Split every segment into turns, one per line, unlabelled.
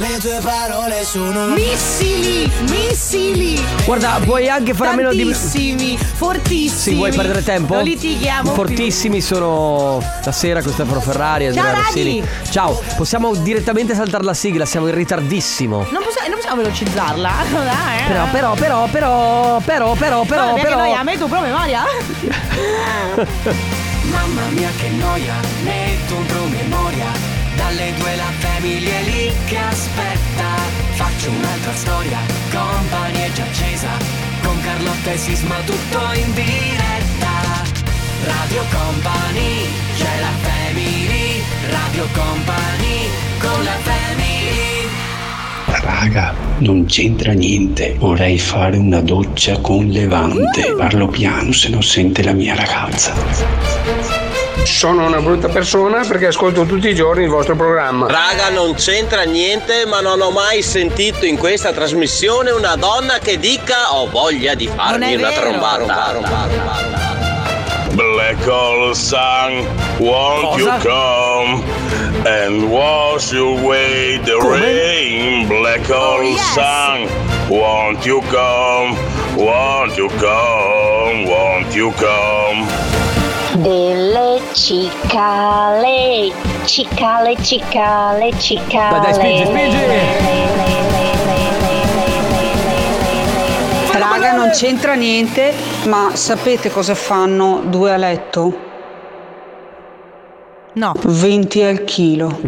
le tue parole sono
Missili, missili.
Guarda, puoi anche fare a meno di-
Tantissimi, fortissimi.
Sì, vuoi perdere tempo?
Non litighiamo.
Fortissimi sono la sera con Stefano Ferrari e Andrea
Ciao,
Rossini.
Radi.
Ciao, possiamo direttamente saltare la sigla, siamo in ritardissimo.
più. Non possiamo, non possiamo velocizzarla. No, dai, eh.
Però, però, però, però, però, però, però,
Guarda, che
però.
noia, metto proprio memoria.
Mamma mia che noia, metto un promemoria Dalle due la famiglia è lì che aspetta Faccio un'altra storia, company è già accesa Con Carlotta e Sisma tutto in diretta Radio Company, c'è la family Radio Company, con la family
Raga, non c'entra niente. Vorrei fare una doccia con Levante. Parlo piano se non sente la mia ragazza.
Sono una brutta persona perché ascolto tutti i giorni il vostro programma.
Raga, non c'entra niente, ma non ho mai sentito in questa trasmissione una donna che dica ho voglia di farmi
Non è
una
vero.
trombata. trombata.
Black hole sun, won't you
Cosa?
come and wash away the rain? Black
Oh,
hole
yes.
sun, won't you come, won't you come, won't you come?
Delle cicale, cicale, cicale, cicale.
Dai, dai,
Eh.
spingi, spingi.
Raga, non c'entra niente, ma sapete cosa fanno due a letto?
No.
20 al chilo.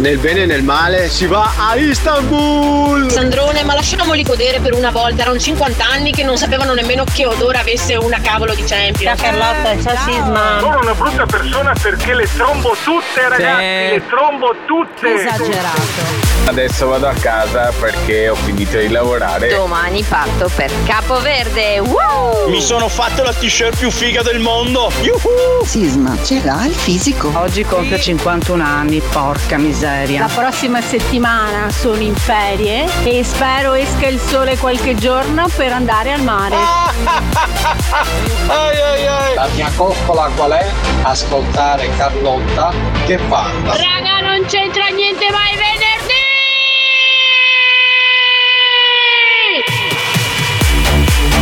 Nel bene e nel male si va a Istanbul!
Sandrone, ma lasciamoli godere per una volta. Erano 50 anni che non sapevano nemmeno che odore avesse una cavolo di Champions.
Carlotta, ciao Sisma.
Sono una brutta persona perché le trombo tutte, ragazzi! Le trombo tutte!
Esagerato.
Adesso vado a casa perché ho finito di lavorare.
Domani parto per Capoverde. Wow!
Mi sono fatto la t-shirt più figa del mondo.
Sisma, ce l'ha il fisico? Oggi compie 51 anni, porca miseria.
prossima settimana sono in ferie e spero esca il sole qualche giorno per andare al mare.
La mia coccola qual è? Ascoltare Carlotta che parla.
Raga, non c'entra niente, ma è venerdì!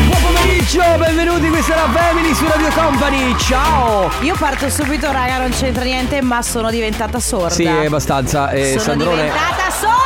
Buon pomeriggio, benvenuti, questa è la Family su Radio Company. Ciao.
Io parto subito, raga, non c'entra niente, ma sono diventata sorda.
Sì, è abbastanza. Eh,
sono
Sandrone,
diventata sorda!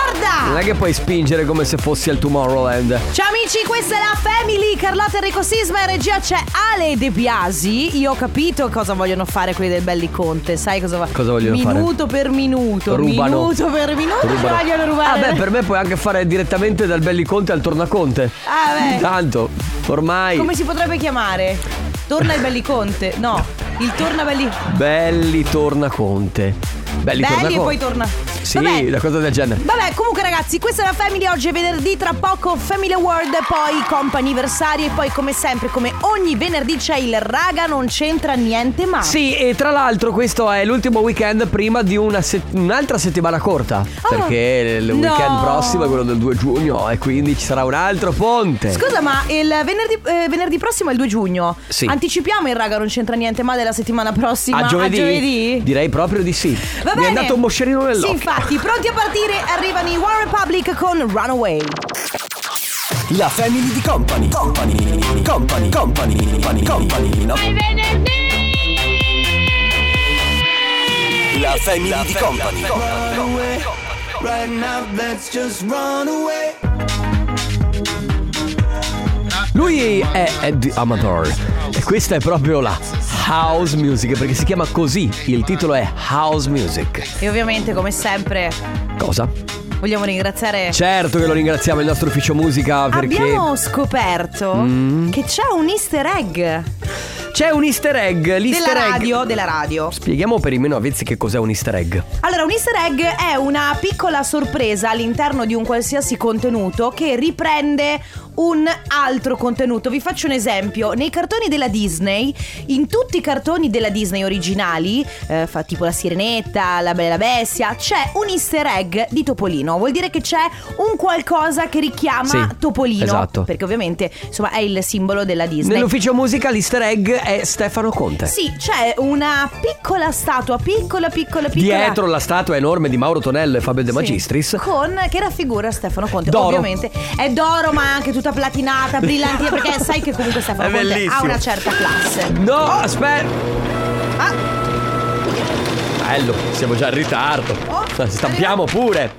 non è che puoi spingere come se fossi al Tomorrowland.
Ciao amici, questa è la Family, Carlotta Enrico Sisma in regia c'è Ale De Biasi. Io ho capito cosa vogliono fare quelli del Belli Conte, sai cosa, va-
Cosa vogliono
minuto
fare?
Minuto per minuto,
Rubano.
minuto per minuto ci
Rubano.
vogliono
Ah,
rubare.
beh, per me puoi anche fare direttamente dal Belli Conte al Tornaconte.
Ah, beh.
Tanto, ormai.
Come si potrebbe chiamare? Torna il Belli Conte. No, il torna Belli
Belli Tornaconte. Belli,
Belli
Tornaconte.
e poi torna.
Sì,
Vabbè.
una cosa del genere.
Vabbè, comunque ragazzi, questa è la Family, oggi è venerdì, tra poco Family Award, poi comp'anniversario e poi come sempre, come ogni venerdì c'è il raga non c'entra niente ma.
Sì, e tra l'altro questo è l'ultimo weekend prima di una se- un'altra settimana corta. perché il
Ah. no.
weekend prossimo è quello del 2 giugno e quindi ci sarà un altro ponte.
Scusa, ma il venerdì, eh, venerdì prossimo è il 2 giugno.
Sì.
Anticipiamo il raga non c'entra niente ma della settimana prossima
a giovedì? Direi proprio di sì.
Va
Mi
bene.
è andato un moscerino
Sì,
nell'occhio.
infatti, pronti a partire, arrivano i One Republic con Runaway.
La family di company, company, company, company, company, company, no?
È venerdì!
La family di company.
Lui è Ed Amador e questa è proprio la House Music perché si chiama così, il titolo è House Music.
E ovviamente, come sempre,
Cosa?
vogliamo ringraziare.
Certo che lo ringraziamo il nostro ufficio musica perché Mm.
Abbiamo scoperto che c'è un easter egg
c'è un easter egg, l'easter
della
egg.
radio, della radio.
Spieghiamo per i meno avvezzi che cos'è un easter egg.
Allora, un easter egg è una piccola sorpresa all'interno di un qualsiasi contenuto che riprende un altro contenuto. Vi faccio un esempio: nei cartoni della Disney, in tutti i cartoni della Disney originali, eh, fa- tipo la Sirenetta, la Bella Bestia, c'è un easter egg di Topolino. Vuol dire che c'è un qualcosa che richiama
Sì,
Topolino.
esatto.
Perché ovviamente, insomma, è il simbolo della Disney.
Nell'ufficio musica l'easter egg è Stefano Conte.
Sì, c'è una piccola statua, piccola, piccola, piccola.
Dietro la statua enorme di Mauro Tonello e Fabio De Magistris.
Con che raffigura Stefano Conte,
D'oro.
ovviamente. È d'oro, ma anche tutta platinata, brillante, perché sai che comunque Stefano
È
Conte ha
bellissimo.
una certa classe.
No, aspetta.
Ah.
Bello, siamo già in ritardo.
Oh,
Stampiamo pure.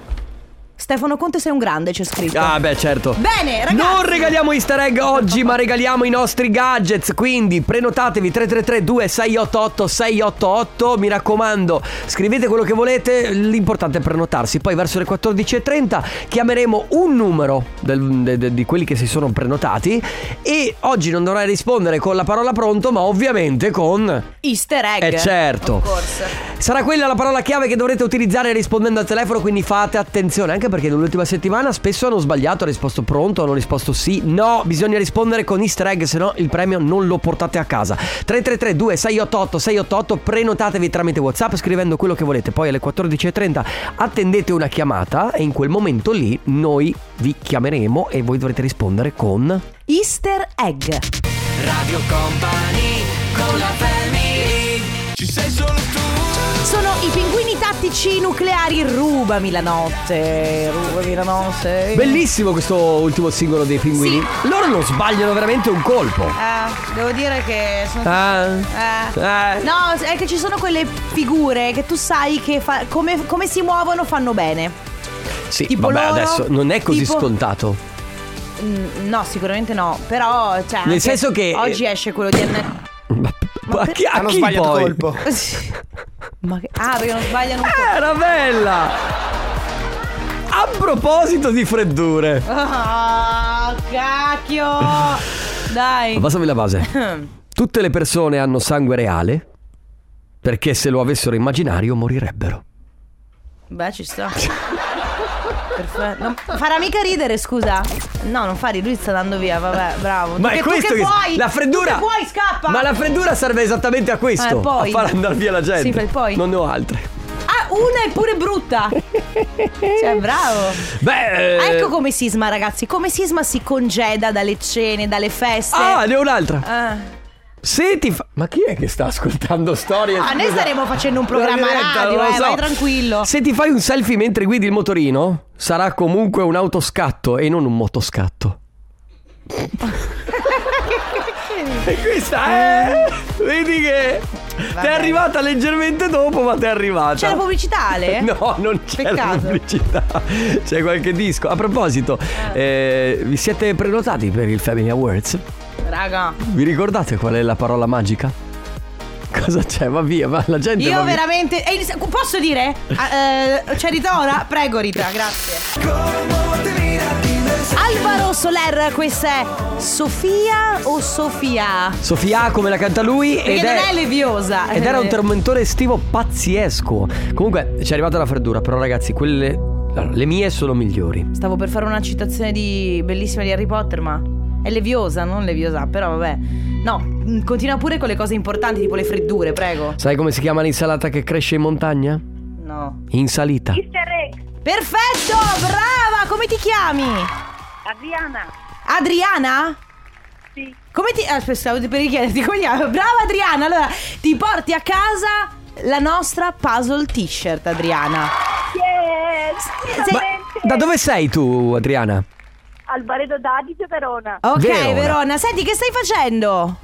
Stefano Conte sei un grande, c'è scritto.
Ah, beh, certo.
Bene, ragazzi.
Non regaliamo easter egg oggi, ma regaliamo i nostri gadgets. Quindi prenotatevi 333-2688-688. Mi raccomando, scrivete quello che volete. L'importante è prenotarsi. Poi verso le 14.30 chiameremo un numero del- de- de- di quelli che si sono prenotati. E oggi non dovrai rispondere con la parola pronto, ma ovviamente con.
Easter egg.
Eh, certo.
Of course.
Sarà quella la parola chiave che dovrete utilizzare rispondendo al telefono, quindi fate attenzione, anche perché nell'ultima settimana spesso hanno sbagliato, hanno risposto pronto, hanno risposto sì, no, bisogna rispondere con easter egg, se no il premio non lo portate a casa. 333 2688 688, prenotatevi tramite WhatsApp scrivendo quello che volete, poi alle 14.30 attendete una chiamata e in quel momento lì noi vi chiameremo e voi dovrete rispondere con...
Easter egg.
Radio Company con la family. Ci sei solo tu.
Sono i pinguini tattici nucleari. Rubami la notte. Rubami la notte.
Bellissimo questo ultimo singolo dei pinguini. Loro non sbagliano veramente un colpo.
Eh, devo dire che sono.
Ah.
Eh.
Eh.
No, è che ci sono quelle figure che tu sai che fa- come, come si muovono fanno bene.
Sì,
Tipo
vabbè,
loro,
adesso non è così
tipo-
scontato.
Mm, no, sicuramente no. Però, cioè.
Nel
anche
senso che-
Oggi esce quello di.
Ma a chi, a chi poi?
Ma che- Ah, perché non sbagliano un po'.
Era bella! A proposito di freddure.
Ah, cacchio! Dai. Mm,
Passami la base. Tutte le persone hanno sangue reale perché se lo avessero immaginario morirebbero.
Beh, ci sta. Perfetto. Non- farà mica ridere, scusa. No, non fa ridere, lui sta andando via, vabbè, bravo.
Ma
tu
è
che, tu
questo
che vuoi?
la freddura
Tu che vuoi, scappa.
Ma la freddura serve esattamente a questo,
Eh, poi.
a far andare via la gente.
Sì, per poi.
Non ne ho altre.
Ah, una è pure brutta. cioè, bravo.
Beh, eh,
Ecco come sisma, ragazzi. Come sisma si congeda dalle cene, dalle feste.
Ah, ne ho un'altra.
Ah.
Se ti fa... Ma chi è che sta ascoltando storie?
Ah, noi
Scusa.
staremo facendo un programma
La diretta,
radio,
non lo
eh,
so.
vai tranquillo.
Se ti fai un selfie mentre guidi il motorino, sarà comunque un autoscatto e non un motoscatto. e questa è... Vedi che... Ti è arrivata leggermente dopo, ma ti è arrivata.
C'è la pubblicità, Ale?
No, non c'è la
Peccato.
pubblicità. C'è qualche disco. A proposito,
Ah.
eh, vi siete prenotati per il Family Awards?
Raga.
Vi ricordate qual è la parola magica? Cosa c'è? Va via, va, la gente va
Io
via.
veramente. Ehi, se- posso dire? Ah, eh, c'è Rita ora? Prego, Rita, grazie. Alvaro Soler, questa è Sofia o Sofia?
Sofia come la canta lui
Perché
ed
non
è...
è, leviosa.
ed era un tormentore estivo pazzesco. Comunque ci è arrivata la freddura, però ragazzi, quelle allora, le mie sono migliori.
Stavo per fare una citazione di bellissima di Harry Potter, ma è leviosa, non leviosa, però vabbè. No, mm, continua pure con le cose importanti, tipo le freddure, prego.
Sai come si chiama l'insalata che cresce in montagna?
No.
In salita.
Perfetto, brava! Come ti chiami? Adriana? Sì. Come ti. Aspetta, stavo per richiederti come ti chiami. Brava Adriana! Allora, ti porti a casa la nostra puzzle t-shirt, Adriana.
Eh,
Yes!
Ma da dove sei tu, Adriana?
Albaredo Dadice Verona.
Ok,
Verona.
Verona. senti che stai facendo?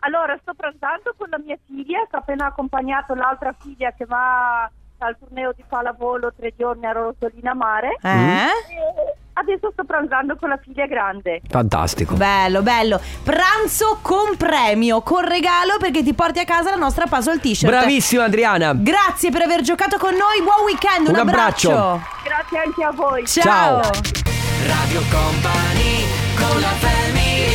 Allora, sto pranzando con la mia figlia, che ho appena accompagnato l'altra figlia che va al torneo di pallavolo tre giorni a Rosolina Mare.
Eh?
E adesso sto pranzando con la figlia grande.
Fantastico.
Bello, bello. Pranzo con premio, con regalo perché ti porti a casa la nostra puzzle t-shirt.
Bravissima Adriana.
Grazie per aver giocato con noi. Buon weekend, un,
Un abbraccio.
Grazie anche a voi.
Ciao.
Ciao.
Radio Company con la family.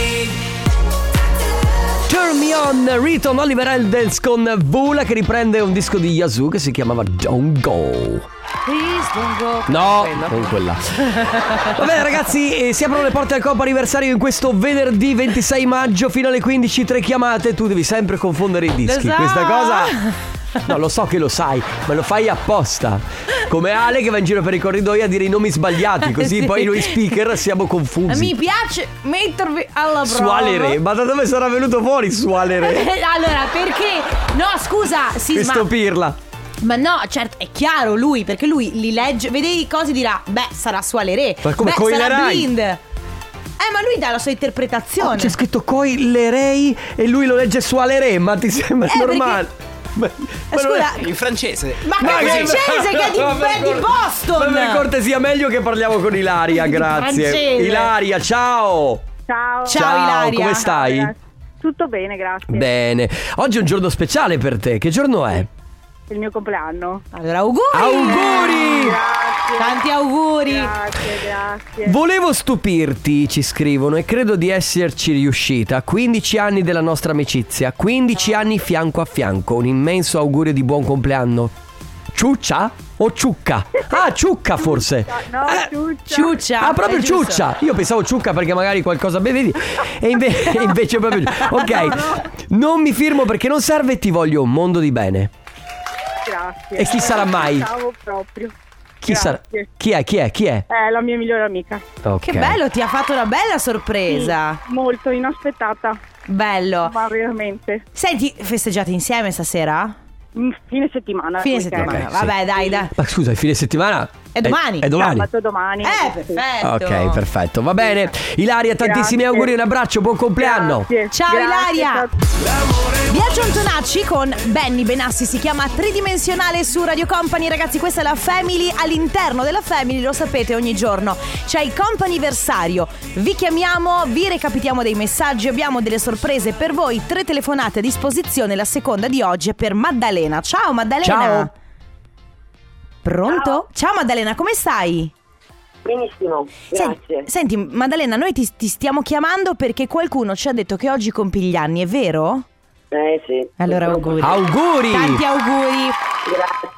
Turn me on, Riton Oliver Eldens con Vula che riprende un disco di Yazoo che si chiamava Don't Go.
Please don't go.
No,
Quello.
non quella. Vabbè ragazzi, eh, si aprono le porte al Coppa Anniversario in questo venerdì 26 maggio fino alle 15, tre chiamate, tu devi sempre confondere i dischi.
so.
Questa cosa No, lo so che lo sai, ma lo fai apposta. Come Ale che va in giro per i corridoi a dire i nomi sbagliati, così
Sì.
poi noi speaker siamo confusi.
Mi piace mettervi alla prova.
Sualere, ma da dove sarà venuto fuori Sualere?
allora, perché? No, scusa,
Per
Sisma.
stopirla.
Ma no, certo, è chiaro lui, perché lui li legge, vede i cosi dirà, beh, sarà Sualeré.
Ma come
beh, sarà
coilerai?
blind. Eh, ma lui dà la sua interpretazione.
Oh, C'è scritto coilerei e lui lo legge Sualere, ma ti sembra
Eh,
normale? Ma- ma non è-
Scusa,
In francese.
Ma che francese che è di-
Ma per
è di
cor-
Boston!
Ma per cortesia, meglio che parliamo con Ilaria, grazie.
francese.
Ilaria, ciao!
Ciao.
come stai?
Ah, Tutto bene, grazie.
Bene. Oggi è un giorno speciale per te. Che giorno è?
È Il mio compleanno.
Allora, auguri!
Auguri!
Grazie.
Tanti auguri!
Grazie, grazie.
Volevo stupirti, ci scrivono, e credo di esserci riuscita. 15 anni della nostra amicizia, 15 anni fianco a fianco. Un immenso augurio di buon compleanno. Ciuccia o ciucca? Ah, ciucca forse.
No,
Eh,
ciuccia.
Ah, proprio ciuccia. Io pensavo ciucca perché magari qualcosa bevevi. E inve- e invece proprio. Ok, non mi firmo perché non serve e ti voglio un mondo di bene.
Grazie.
E chi sarà mai?
Ciao proprio.
Chi sarà?
Grazie.
Chi è? Chi è? Chi è?
È la mia migliore amica.
Ok.
Che bello, ti ha fatto una bella sorpresa.
Molto inaspettata.
Oh.
Bello.
Ma veramente.
Senti, festeggiate insieme stasera?
Mm, Fine settimana.
Fine
weekend.
settimana.
Ok, sì.
Vabbè, dai, dai.
Ma scusa, il fine settimana?
È domani.
È, domani.
Sabato domani.
Eh, perfetto.
Ok, perfetto. Va bene. Ilaria, tantissimi
Grazie.
auguri, un abbraccio, buon compleanno.
Grazie.
Ciao
Grazie,
Ilaria! Biagio Antonacci con Benny Benassi si chiama Tridimensionale su Radio Company. Ragazzi, questa è la Family. All'interno della Family, lo sapete, ogni giorno c'è il companiversario. Vi chiamiamo, vi recapitiamo dei messaggi, abbiamo delle sorprese per voi. Tre telefonate a disposizione. La seconda di oggi è per Maddalena. Ciao Maddalena!
Ciao.
Pronto? Ciao, Maddalena, come stai?
Benissimo,
Sen-
grazie.
Senti, Maddalena, noi ti, ti stiamo chiamando perché qualcuno ci ha detto che oggi compi gli anni, è vero?
eh sì.
Allora auguri.
Auguri!
Tanti auguri.
Grazie.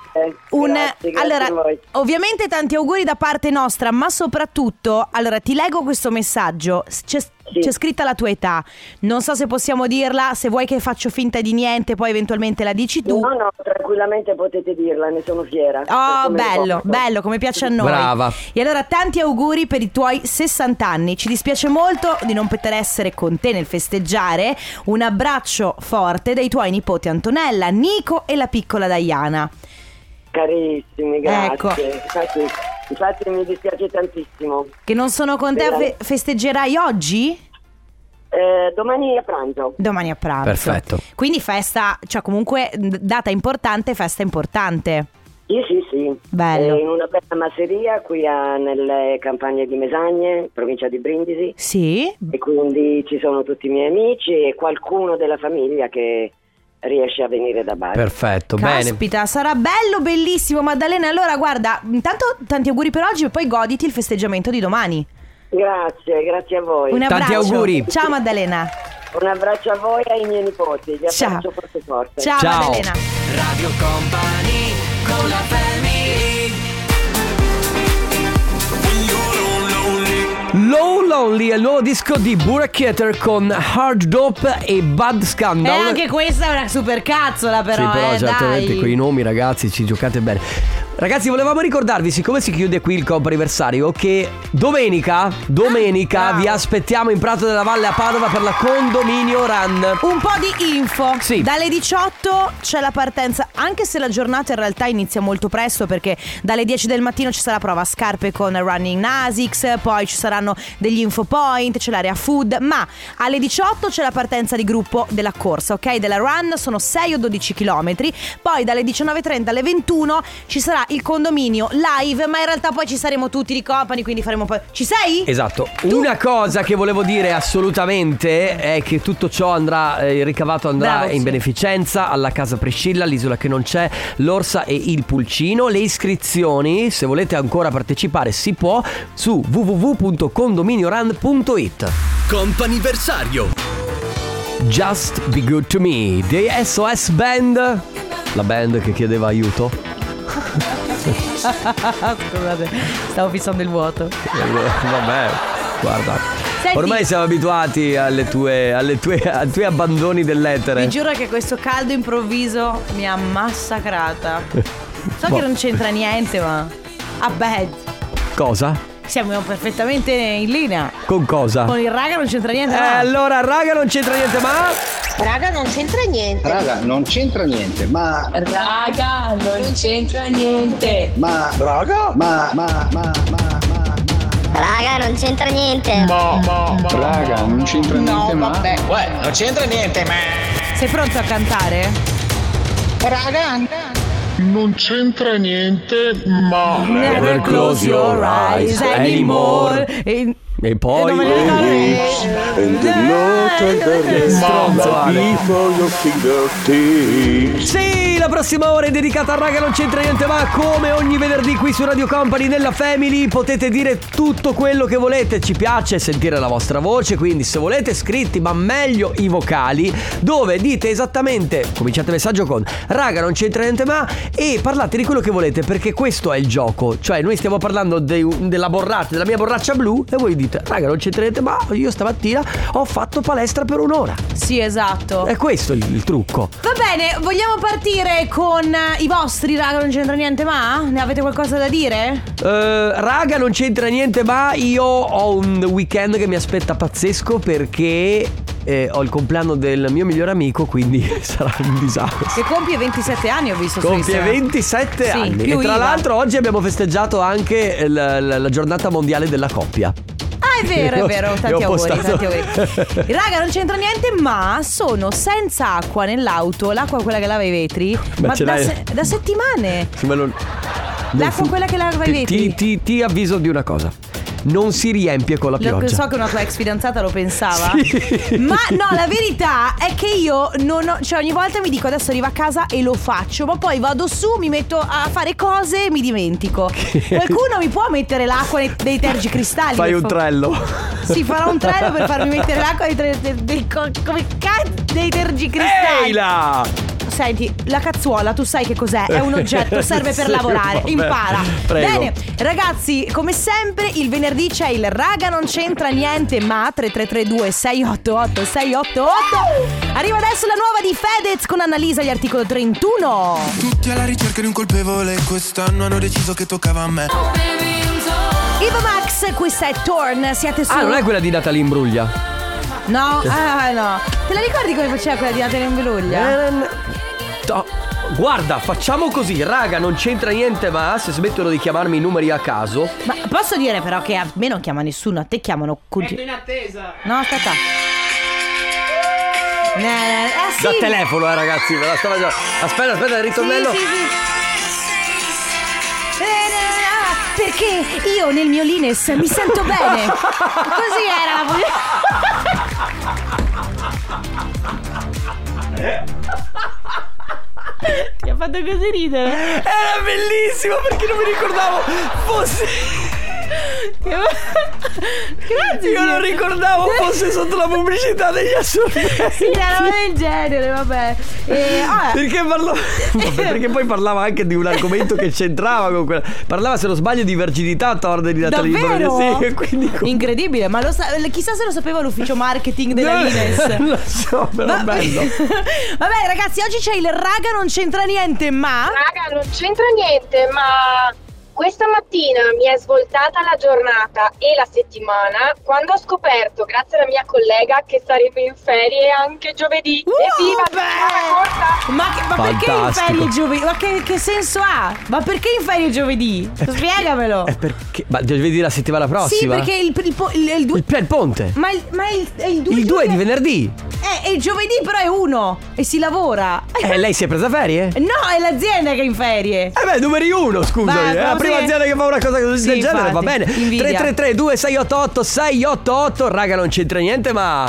Un-
grazie, grazie
allora,
a voi.
ovviamente tanti auguri da parte nostra, ma soprattutto, allora ti leggo questo messaggio. S- C'è, c'è scritta la tua età. Non so se possiamo dirla, se vuoi che faccio finta di niente, poi eventualmente la dici tu.
No, no, tranquillamente potete dirla, ne sono fiera.
Oh,
Come
bello,
posso.
bello, come piace a noi.
Brava.
E allora tanti auguri per i tuoi 60 anni. Ci dispiace molto di non poter essere con te nel festeggiare. Un abbraccio forte dai tuoi nipoti Antonella, Nico e la piccola Diana.
Carissimi, grazie.
Ecco.
Infatti, infatti mi dispiace tantissimo.
Che non sono con te,
Grazie.
fe- festeggerai oggi?
Eh, domani a pranzo.
Domani a pranzo.
Perfetto.
Quindi festa, cioè comunque mh, data importante, festa importante.
Sì, sì, sì.
Bello.
Eh, in una bella masseria qui a- nelle campagne di Mesagne, provincia di Brindisi.
Sì.
E quindi ci sono tutti i miei amici e qualcuno della famiglia che riesce a venire da Bari.
Perfetto, bene.
Caspita, sarà bello, bellissimo Maddalena. Allora guarda, intanto tanti auguri per oggi e poi goditi il festeggiamento di domani.
Grazie, grazie a voi.
Un
Tanti
abbraccio.
auguri.
Ciao Maddalena.
Un abbraccio a voi e ai miei nipoti. Vi
Ciao.
abbraccio forte forte.
Ciao,
Ciao.
Maddalena.
Radio Company con la family.
Low Lonely è il nuovo disco di Burak Keter con Hard Dope e Bad
E
Scandal.
Eh, anche questa è una super cazzola però,
sì, però
eh,
certamente
dai.
quei nomi, ragazzi, ci giocate bene. Ragazzi, volevamo ricordarvi, siccome si chiude qui il comp'anniversario, che domenica,
Ah,
domenica, vi aspettiamo in Prato della Valle a Padova per la Condominio Run.
Un po' di info.
Sì.
Dalle 18 c'è la partenza, anche se la giornata in realtà inizia molto presto perché dalle 10 del mattino ci sarà prova scarpe con Running Nasics, poi ci saranno degli info point, c'è l'area food, ma alle 18 c'è la partenza di gruppo della corsa, ok? Della run sono 6 o 12 km, poi dalle 19.30 alle 21 ci sarà il condominio live, ma in realtà poi ci saremo tutti di company, quindi faremo poi... Ci sei?
Esatto. Una cosa che volevo dire assolutamente è che tutto ciò andrà, eh, il ricavato andrà
Bravo,
in
sì.
beneficenza alla casa Priscilla, l'isola che non c'è, l'Orsa e il Pulcino. Le iscrizioni, se volete ancora partecipare, si può su www.condominioran.it.
Comp'anniversario.
Just Be Good To Me dei SOS Band, la band che chiedeva aiuto.
Scusate, Esatto, stavo fissando il vuoto.
E allora, Vabbè, guarda.
Senti-
Ormai siamo abituati alle tue, alle tue, ai tuoi abbandoni dell'etere.
Vi giuro che questo caldo improvviso mi ha massacrata. So
Boh.
che non c'entra niente, ma. A bad.
Cosa?
Siamo perfettamente in linea.
Con cosa?
Con il raga non c'entra niente.
Eh,
ma-
allora, raga, non c'entra niente, ma.
Raga, non c'entra niente.
Raga, non c'entra niente, ma.
Raga, non c'entra niente.
Ma. Raga? Ma, ma, ma, ma.
Raga, non c'entra niente. Ma,
Raga, non c'entra niente, ma.
Uè, non c'entra niente, ma.
Sei pronto a cantare?
Raga,
Non c'entra niente, ma.
Never close your eyes anymore. E-
E poi. uh,
Eh, non me lo ricordo.
And the note
Che stronzo, Ale.
before your fingertips.
Sì, la prossima ora è dedicata a Raga non c'entra niente ma come ogni venerdì qui su Radio Company nella Family potete dire tutto quello che volete, ci piace sentire la vostra voce, quindi se volete scritti ma meglio i vocali dove dite esattamente, cominciate il messaggio con Raga non c'entra niente ma e parlate di quello che volete perché questo è il gioco, cioè noi stiamo parlando de- della borraccia, della mia borraccia blu e voi dite Raga non c'entra niente ma io stamattina ho fatto palestra per un'ora.
Sì, esatto.
È questo il- il trucco.
Va bene, vogliamo partire con eh, i vostri, raga, non c'entra niente, ma? Ne avete qualcosa da dire?
Eh, raga, non c'entra niente, ma io ho un weekend che mi aspetta pazzesco perché eh, ho il compleanno del mio migliore amico, quindi sarà un disastro.
Che compie 27 anni, ho visto su
Compie
Instagram.
27
Sì,
anni e
più
tra
IVA.
l'altro oggi abbiamo festeggiato anche eh, la, la- la giornata mondiale della coppia.
Ah, è vero, è vero,
E ho
tanti auguri,
postato-
tanti auguri. Raga, non c'entra niente, ma sono senza acqua nell'auto, l'acqua quella che lava i vetri,
Ma
ma
ce
da,
l'hai?
se- da settimane.
Sì, ma non- non
L'acqua
fu-
quella che lava i
ti,
vetri.
ti, ti- ti avviso di una cosa. Non si riempie con la
Lo,
pioggia.
so che una tua ex fidanzata lo pensava. Ma no, la verità è che io non ho. Cioè, ogni volta mi dico adesso arrivo a casa e lo faccio. Ma poi vado su, mi metto a fare cose e mi dimentico. Qualcuno mi può mettere l'acqua nei- dei tergicristalli?
Fai
per
un
fa-
trello.
Sì, farò un trello per farmi mettere l'acqua dei, tre- dei, dei co- come ca- dei tergicristalli.
Ehi là!
Senti, la cazzuola, tu sai che cos'è? È un oggetto, serve per
Sì,
lavorare,
vabbè.
impara.
Prego.
Bene, ragazzi, come sempre, il venerdì c'è il raga non c'entra niente, ma 3332 688 688. Arriva adesso la nuova di Fedez con Annalisa, gli articolo 31.
Tutti alla ricerca di un colpevole, quest'anno hanno deciso che toccava a me.
Ivo Max, questa è Torn, siete su
Ah, non è quella di Natalie Imbruglia.
No, ah no. Te la ricordi come faceva quella di Natalia in
Eh, To- Guarda, facciamo così, raga, non c'entra niente, ma se smettono di chiamarmi i numeri a caso.
Ma posso dire però che a me non chiama nessuno, a te chiamano continu- in attesa. No, aspetta. Eh, eh, sì.
Da telefono, eh, ragazzi, me la stava già. Aspetta, aspetta, il ritornello.
Sì, sì, sì. Eh, ah, Perché io nel mio Lines mi sento bene. Così era la voce. Ti ha fatto così ridere.
Era bellissimo perché non mi ricordavo fosse.
Grazie.
Io non ricordavo fosse sotto la pubblicità degli assorbenti.
Sì, una roba del genere, vabbè. E, ah,
Perché parlo- Vabbè, perché poi parlava anche di un argomento che c'entrava con quella. Parlava, se non sbaglio, di verginità a ordine di Natalie
Davvero?
Imbruglia. Sì, e quindi.
Incredibile, ma lo sa- chissà se lo sapeva l'ufficio marketing della Lines.
Eh, Lo so, però
Va-
bello.
Vabbè, ragazzi, oggi c'è il raga, non c'entra niente, ma.
Raga, non c'entra niente, ma questa mattina mi è svoltata la giornata e la settimana quando ho scoperto, grazie alla mia collega, che saremo in ferie anche giovedì.
Uh,
Evviva!
Ma, che- ma perché in
Fantastico.
ferie giovedì? Ma che, che senso ha? Ma perché in ferie giovedì? Spiegamelo.
È perché. Ma vedi la settimana
Sì,
prossima?
perché Mm, il, il, po- il- il due-
Il, il ponte.
Ma il, ma il, è il 2
Il 2 di venerdì.
Eh, e il giovedì però è uno e si lavora.
Eh, lei si è presa ferie?
No, è l'azienda che è in ferie.
Eh beh, numeri uno,
Va,
scusami. È la
così.
prima azienda che fa una cosa così
Sì,
del genere, va
infatti,
bene.
invidia.
333 2688 688 raga, non c'entra niente, ma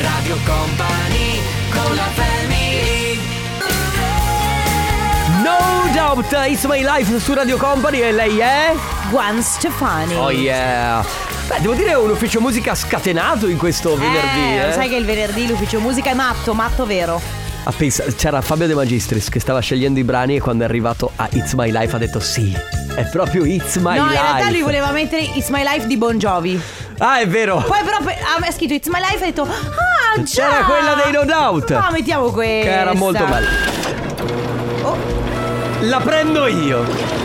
Radio Company con la family.
No doubt, it's my life su Radio Company e lei è
Gwen Stefani.
Oh yeah. Beh, devo dire è un ufficio musica scatenato in questo venerdì,
Eh,
eh.
lo sai che il venerdì l'ufficio musica è matto, matto vero.
Ah, pensa- c'era Fabio De Magistris che stava scegliendo i brani e quando è arrivato a It's My Life ha detto sì. È proprio It's My
no,
Life.
in realtà lui voleva mettere It's My Life di Bon Jovi.
Ah, è vero.
Poi però pe- ah, ha scritto It's My Life e ho detto Ah già
C'era quella dei No Doubt.
Ah mettiamo questa
Che era molto bella. La prendo io.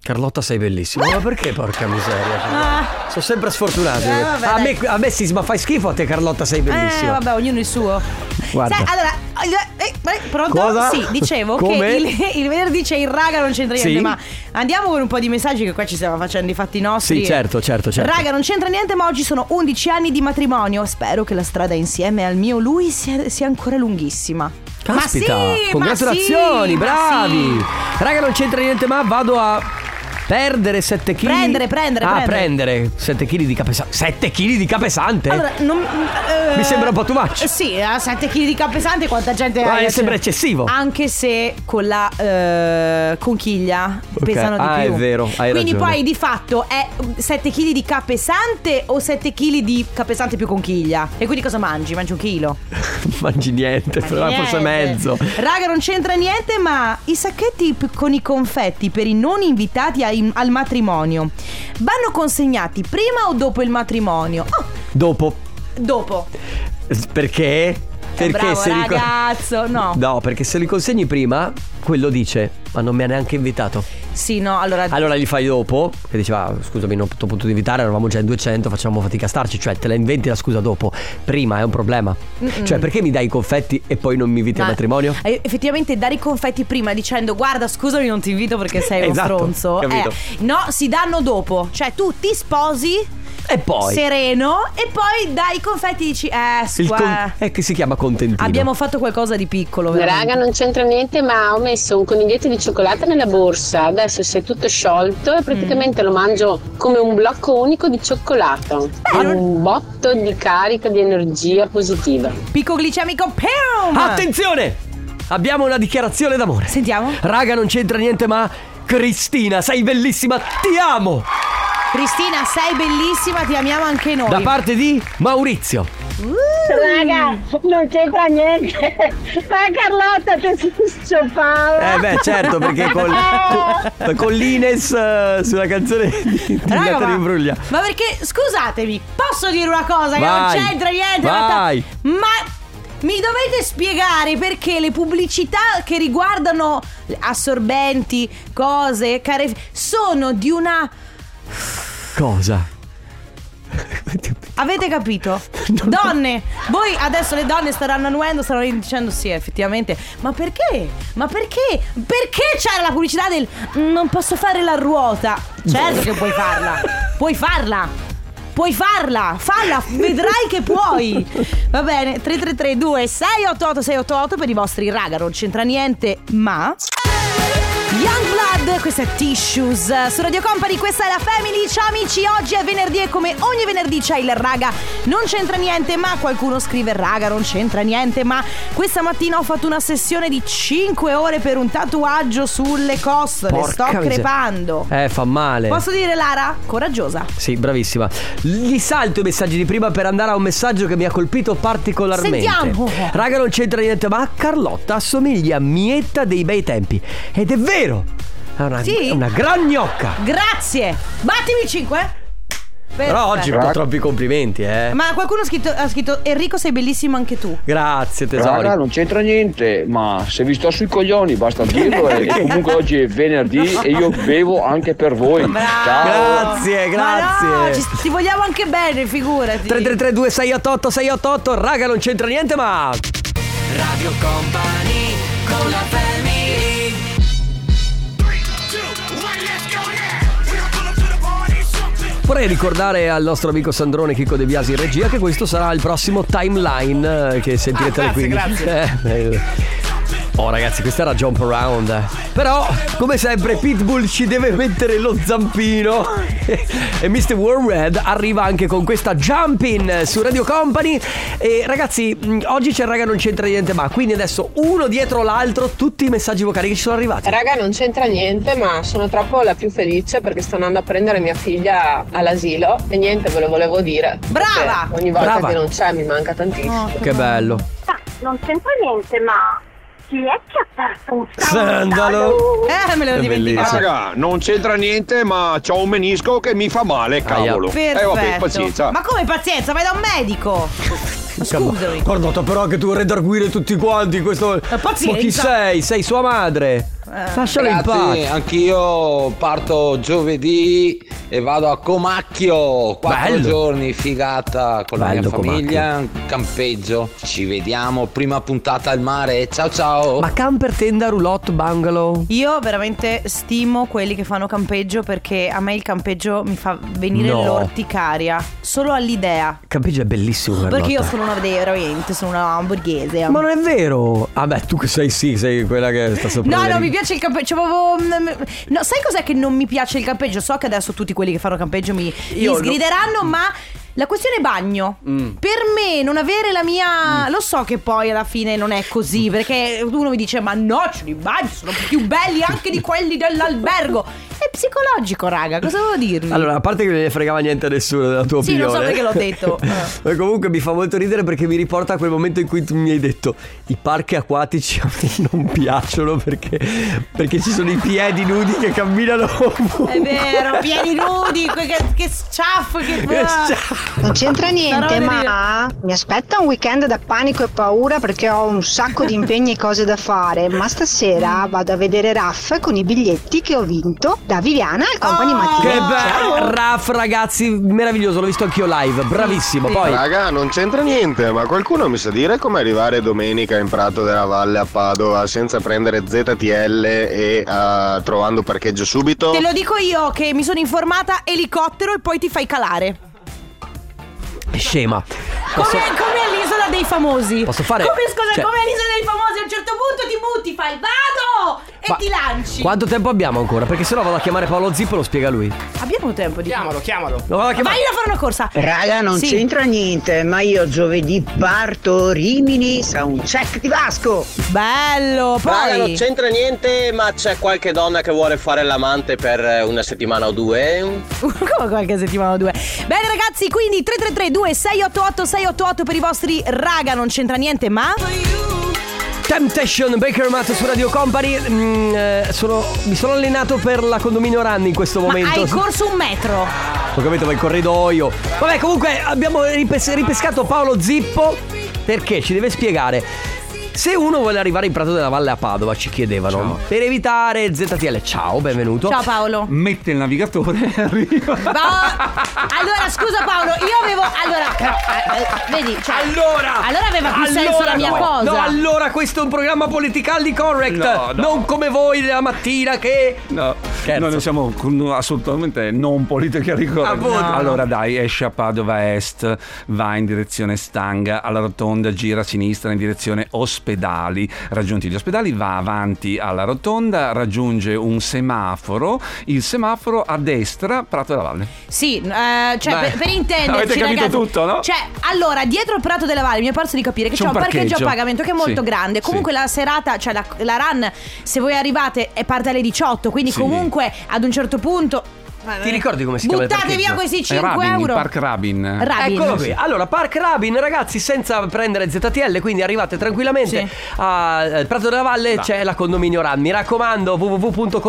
Carlotta sei bellissima, ma perché porca miseria?
Ah,
Sono sempre sfortunato.
Eh, vabbè,
a, me, a me Sisma fai schifo, a te Carlotta sei
eh
bellissima.
vabbè ognuno il suo
Guarda.
Sai, allora eh, eh, eh, Pronto?
Cosa?
Sì dicevo
Come?
che il, il venerdì c'è il raga non c'entra niente
Sì.
Ma andiamo con un po' di messaggi che qua ci stiamo facendo i fatti nostri
Sì, certo, certo, certo.
Raga, non c'entra niente, ma oggi sono 11 anni di matrimonio. Spero che la strada insieme al mio lui sia, sia ancora lunghissima.
Caspita,
ma sì, ma
congratulazioni,
sì, ma
bravi.
sì.
Raga, non c'entra niente, ma vado a perdere 7 kg.
Prendere, prendere,
Ah,
prendere.
prendere 7 kg di capesante. 7 kg di capesante?
Allora, non, eh,
Mi sembra un po' too much.
Sì, a 7 kg di capesante quanta gente
Ma
hai?
mi sembra eccessivo.
Anche se con la eh, conchiglia
Ok,
pesano di
ah,
più.
è vero, hai
Quindi
ragione.
poi di fatto è 7 kg di capesante o 7 kg di capesante più conchiglia? E quindi cosa mangi? Mangi un chilo?
Mangi niente, però forse
Niente.
mezzo.
Raga, non c'entra niente, ma i sacchetti p- con i confetti per i non invitati ai- al matrimonio vanno consegnati prima o dopo il matrimonio? Oh,
Dopo,
dopo.
perché? Perché
Cioè, Bravo,
se li con-
ragazzo, no.
No, perché se li consegni prima, quello dice, ma non mi ha neanche invitato.
Sì, no, allora,
Allora li fai dopo, che diceva, "Ah, scusami, non ti ho potuto invitare, eravamo già in 200, facciamo fatica a starci, cioè te la inventi la scusa dopo. Prima è un problema.
Mm-mm.
Cioè perché mi dai i confetti e poi non mi inviti al
Ma-
matrimonio?
eh, Effettivamente dare i confetti prima dicendo guarda scusami non ti invito perché sei uno
Esatto,
stronzo. Eh,
capito.
no, si danno dopo. Cioè tu ti sposi
E poi...
sereno e poi dai i confetti e dici eh
il con-
squa-
eh, che si chiama contentino.
Abbiamo fatto qualcosa di piccolo, veramente.
Raga, non c'entra niente, ma ho messo un coniglietto di cioccolato nella borsa. Adesso si è tutto sciolto e
Mm.
praticamente lo mangio come un blocco unico di cioccolato.
Ah,
È un botto di carica di energia positiva.
Picco glicemico, pam!
Attenzione! Abbiamo una dichiarazione d'amore.
Sentiamo.
Raga, non c'entra niente, ma Cristina, sei bellissima, ti amo!
Cristina, sei bellissima, ti amiamo anche noi. Mm.
Da parte di Maurizio.
Mm.
Raga, non c'entra niente. Ma Carlotta ti si scioppava.
Eh beh, certo, perché col- con, con l'Ines eh, sulla canzone di, di
Raga,
Natalie
ma-
Imbruglia.
Ma perché, scusatemi, posso dire una cosa che
Vai,
non c'entra niente?
vai.
Ma, mi dovete spiegare perché le pubblicità che riguardano assorbenti, cose, care... sono di una...
Cosa?
Avete capito? Donne, voi adesso le donne staranno annuendo, staranno dicendo sì, effettivamente. Ma perché? Ma perché? Perché c'era la pubblicità del "Mm, non posso fare la ruota? Certo che puoi farla. Puoi farla. Puoi farla, falla, vedrai che puoi. Va bene, 333 2688 688 per i vostri raga, non c'entra niente, ma Youngblood, questa è Tissues su Radio Company, questa è la Family. Ciao amici, oggi è venerdì e come ogni venerdì c'è il raga. Non c'entra niente, ma qualcuno scrive raga, non c'entra niente, ma questa mattina ho fatto una sessione di 5 ore per un tatuaggio sulle costole.
Porca
Sto
miseria.
crepando.
Eh, fa male.
Posso dire Lara? Coraggiosa.
Sì, bravissima. Gli salto i messaggi di prima per andare a un messaggio che mi ha colpito particolarmente.
Sentiamo.
Raga, non c'entra niente, ma Carlotta assomiglia a Mietta dei bei tempi. Ed è vero! È una,
Sì?
è una gran gnocca!
Grazie. Battimi 5.
Però oggi ho troppi complimenti, eh.
Ma qualcuno ha scritto, ha scritto Enrico sei bellissimo anche tu.
Grazie, tesori.
Raga, non c'entra niente, ma se vi sto sui coglioni basta dirlo e e comunque oggi è venerdì e io bevo anche per voi. Ciao.
Grazie,
Ma no,
Eh, grazie.
ci, ti vogliamo anche bene, figurati.
333 2688 688 Raga, non c'entra niente, ma
Radio Company con la family.
Vorrei ricordare al nostro amico Sandrone Chico De Biasi in regia che questo sarà il prossimo timeline eh, che sentirete alle
Ah, grazie,
15. Eh, eh. Oh ragazzi, questa era Jump Around. eh. Però, come sempre, Pitbull ci deve mettere lo zampino. e Mr. World Red arriva anche con questa Jump In su Radio Company. E ragazzi, mh, oggi c'è il raga non c'entra niente ma. Quindi adesso uno dietro l'altro tutti i messaggi vocali che ci sono arrivati.
Raga, non c'entra niente, ma sono troppo la più felice perché sto andando a prendere mia figlia all'asilo e niente, ve lo volevo dire.
Brava!
perché Ogni volta
Brava!
che non c'è mi manca tantissimo.
Che bello.
Non c'entra niente, ma
chi è che ha perso un
oh.
Sandalo.
Eh, me l'ho dimenticato.
Raga, Ah, non c'entra niente, ma ho un menisco che mi fa male, cavolo.
Perfetto.
Eh, vabbè, pazienza.
Ma come pazienza? Vai da un medico. Ma Scusami. Eh,
Guardate però che tu redarguire tutti quanti questo...
pazienza. Eh.
Ma chi sei? Sei sua madre. Lascialo in
Ragazzi,
pace.
anch'io parto giovedì e vado a Comacchio. Quattro
Bello.
giorni, figata con la
Bello
mia famiglia. Campeggio. Ci vediamo, prima puntata al mare. Ciao ciao.
Ma camper, tenda, roulotte, bungalow?
Io veramente stimo quelli che fanno campeggio perché a me il campeggio mi fa venire
No.
l'orticaria. Solo all'idea.
Campeggio è bellissimo,
Perché io
Carlotta.
sono una veramente, sono una hamburghese.
Ma non è vero. Ah beh, tu che sei sì, sei quella che sta sopra.
No,
le
non
righe.
mi piace il campeggio. cioè, avevo- mm, No, sai cos'è che non mi piace il campeggio? So che adesso tutti quelli che fanno campeggio mi, mi
Io lo-
sgrideranno, ma la questione è bagno.
Mm.
Per me non avere la mia. Lo so che poi alla fine non è così, perché uno mi dice: Ma no, ce li bagni, sono più belli anche di quelli dell'albergo. È psicologico, raga, cosa devo dirvi?
Allora, a parte che non ne fregava niente a nessuno della tua
Sì, non so
opinione.
perché l'ho detto. Eh.
Ma comunque mi fa molto ridere perché mi riporta a quel momento in cui tu mi hai detto i parchi acquatici a me non piacciono perché, perché ci sono i piedi nudi che camminano ovunque.
È vero, piedi nudi, que- che, che schiaffo che
Che schiaffo.
Non c'entra niente,
Sarò
ma mi aspetta un weekend da panico e paura perché ho un sacco di impegni e cose da fare. Ma stasera
Mm.
vado a vedere Raff con i biglietti che ho vinto da Viviana al
Ah!
Company Mattina.
Che bello! Raff, ragazzi, meraviglioso, l'ho visto anch'io live, bravissimo. Poi.
Raga, non c'entra niente, ma qualcuno mi sa dire come arrivare domenica in Prato della Valle a Padova senza prendere ZTL e ah, trovando parcheggio subito?
Te lo dico io che mi sono informata elicottero e poi ti fai calare.
eh, Scema.
Come,
Posso-
come all'isola dei famosi.
Posso fare-
Come scusa,
cioè-
come all'isola dei famosi, a un certo punto ti butti, fai vado e
Ma-
ti lanci.
Quanto tempo abbiamo ancora? Perché sennò vado a chiamare Paolo Zippo e lo spiega lui.
Abbiamo tempo di. Chiamalo, chiamalo.
Lo vado a chiamare.
Vai a fare una corsa.
Raga, non
Sì.
c'entra niente, ma io giovedì parto Rimini, sa un check di Vasco.
Bello,
Raga, non c'entra niente, ma c'è qualche donna che vuole fare l'amante per eh, una settimana o due?
Come qualche settimana o due. Bene ragazzi, quindi 333 2688 688 per i vostri raga, non c'entra niente, ma
Temptation Baker Matt su Radio Company. Mm, eh, sono- mi sono allenato per la condominio run in questo
ma
momento.
hai corso un metro.
Ho capito, ma il corridoio. Vabbè, comunque abbiamo ripes- ripescato Paolo Zippo perché ci deve spiegare. Se uno vuole arrivare in Prato della Valle a Padova, ci chiedevano. Per evitare ZTL, ciao, benvenuto.
Ciao Paolo.
Mette il navigatore e arriva.
Ma- allora, scusa Paolo, io avevo. Allora, eh, eh, vedi, cioè, allora, aveva più senso la mia
no.
cosa.
No, allora questo è un programma politically correct.
No, no.
Non come voi la mattina che.
No, no, noi siamo con- assolutamente non politica
Ah,
ricorrente.
voto.
Allora dai, esce a Padova Est, va in direzione Stanga, alla rotonda gira a sinistra in direzione ospedali. Raggiunti gli ospedali, va avanti alla rotonda, raggiunge un semaforo, il semaforo a destra, Prato della Valle.
Sì, eh, cioè,
Beh.
per, per intenderci,
Avete capito
ragazzi,
tutto, no?
Cioè, allora, dietro il Prato della Valle mi è parso di capire che c'è, un parcheggio. a pagamento che è molto
Sì,
grande. Comunque
sì.
la serata, cioè la, la run, se voi arrivate, è parte alle 18, quindi
Sì.
comunque ad un certo punto...
Ti ricordi come si chiama? il
Buttate
parcheggio?
via questi 5
Rabin,
euro.
il Park Rabin.
Rabin.
Eccolo qui.
Sì.
Ecco, Allora, Park Rabin, ragazzi, senza prendere ZTL, quindi arrivate tranquillamente a eh, Prato della Valle,
Va.
c'è la Condominio Run. Mi raccomando,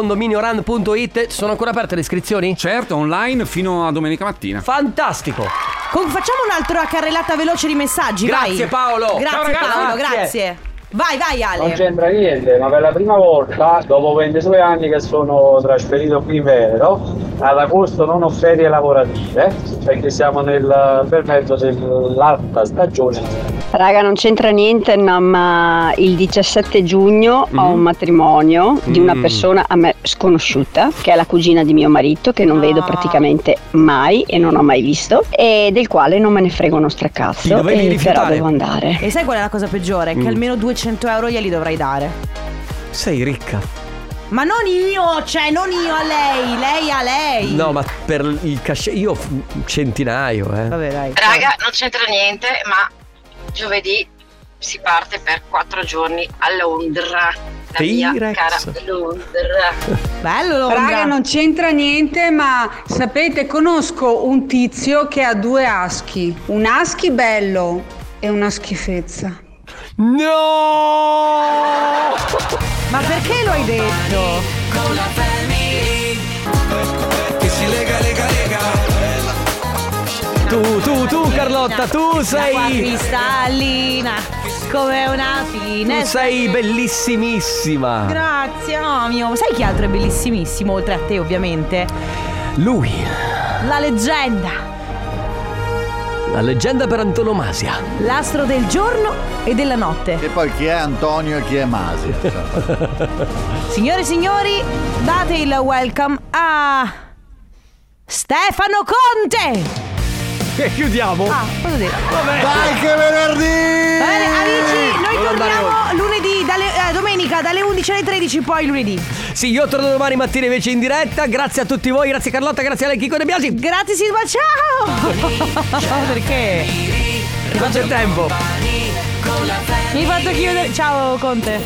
www.condominiorun.it. Sono ancora aperte le iscrizioni?
Certo, online fino a domenica mattina.
Fantastico.
Con- facciamo un'altra carrellata veloce di messaggi.
Grazie,
vai.
Paolo.
Grazie
Ciao, ragazzi.
Paolo,
Grazie.
grazie. Vai, vai Ale.
Non c'entra niente, ma per la prima volta, dopo 22 anni che sono trasferito qui in Veneto, ad agosto non ho ferie lavorative, perché siamo nel, bel mezzo dell'alta stagione.
Raga, non c'entra niente, no, ma il 17 giugno ho
Mm.
un matrimonio di una
Mm.
persona a me sconosciuta, che è la cugina di mio marito, che non
Ah.
vedo praticamente mai e non ho mai visto, e del quale non me ne frego uno
Ti
stracazzo,
dovevi
e però
rifiutare.
devo andare.
E sai qual è la cosa peggiore? Che
Mm.
almeno 200 euro glieli dovrai dare.
Sei ricca.
Ma non io, cioè non io a lei, lei a lei.
No, ma per il cachet io f- centinaio, eh.
Vabbè, dai.
Raga, non c'entra niente, ma giovedì si parte per quattro giorni a Londra. La mia
T-Rex.
cara Londra.
Bello
Raga, non c'entra niente, ma sapete, conosco un tizio che ha due aschi. Un aschi bello e una schifezza.
No!
Ma perché lo hai detto?
Con la family
Che si lega, lega, lega
Tu, tu, tu Carlotta, tu
L'acqua
sei...
cristallina come una
Tu
finestra.
sei bellissimissima.
Grazie, oh mio. Sai chi altro è bellissimissimo, oltre a te ovviamente?
Lui,
La leggenda,
la leggenda per antonomasia.
l'astro del giorno e della notte.
E poi chi è Antonio e chi è Masi?
Signore e signori, date il welcome a Stefano Conte!
E chiudiamo.
Ah, cosa dire?
Dai che venerdì!
Va bene, amici, noi
Devo andare
torniamo lunedì, dalle- eh, domenica dalle 11 alle 13, poi lunedì.
Sì, io torno domani mattina invece in diretta. Grazie a tutti voi, grazie Carlotta, grazie a lei, Chico De Biasi.
Grazie Silva, ciao! Perché?
Non c'è tempo.
Mi hai fatto chiudere. Ciao Conte.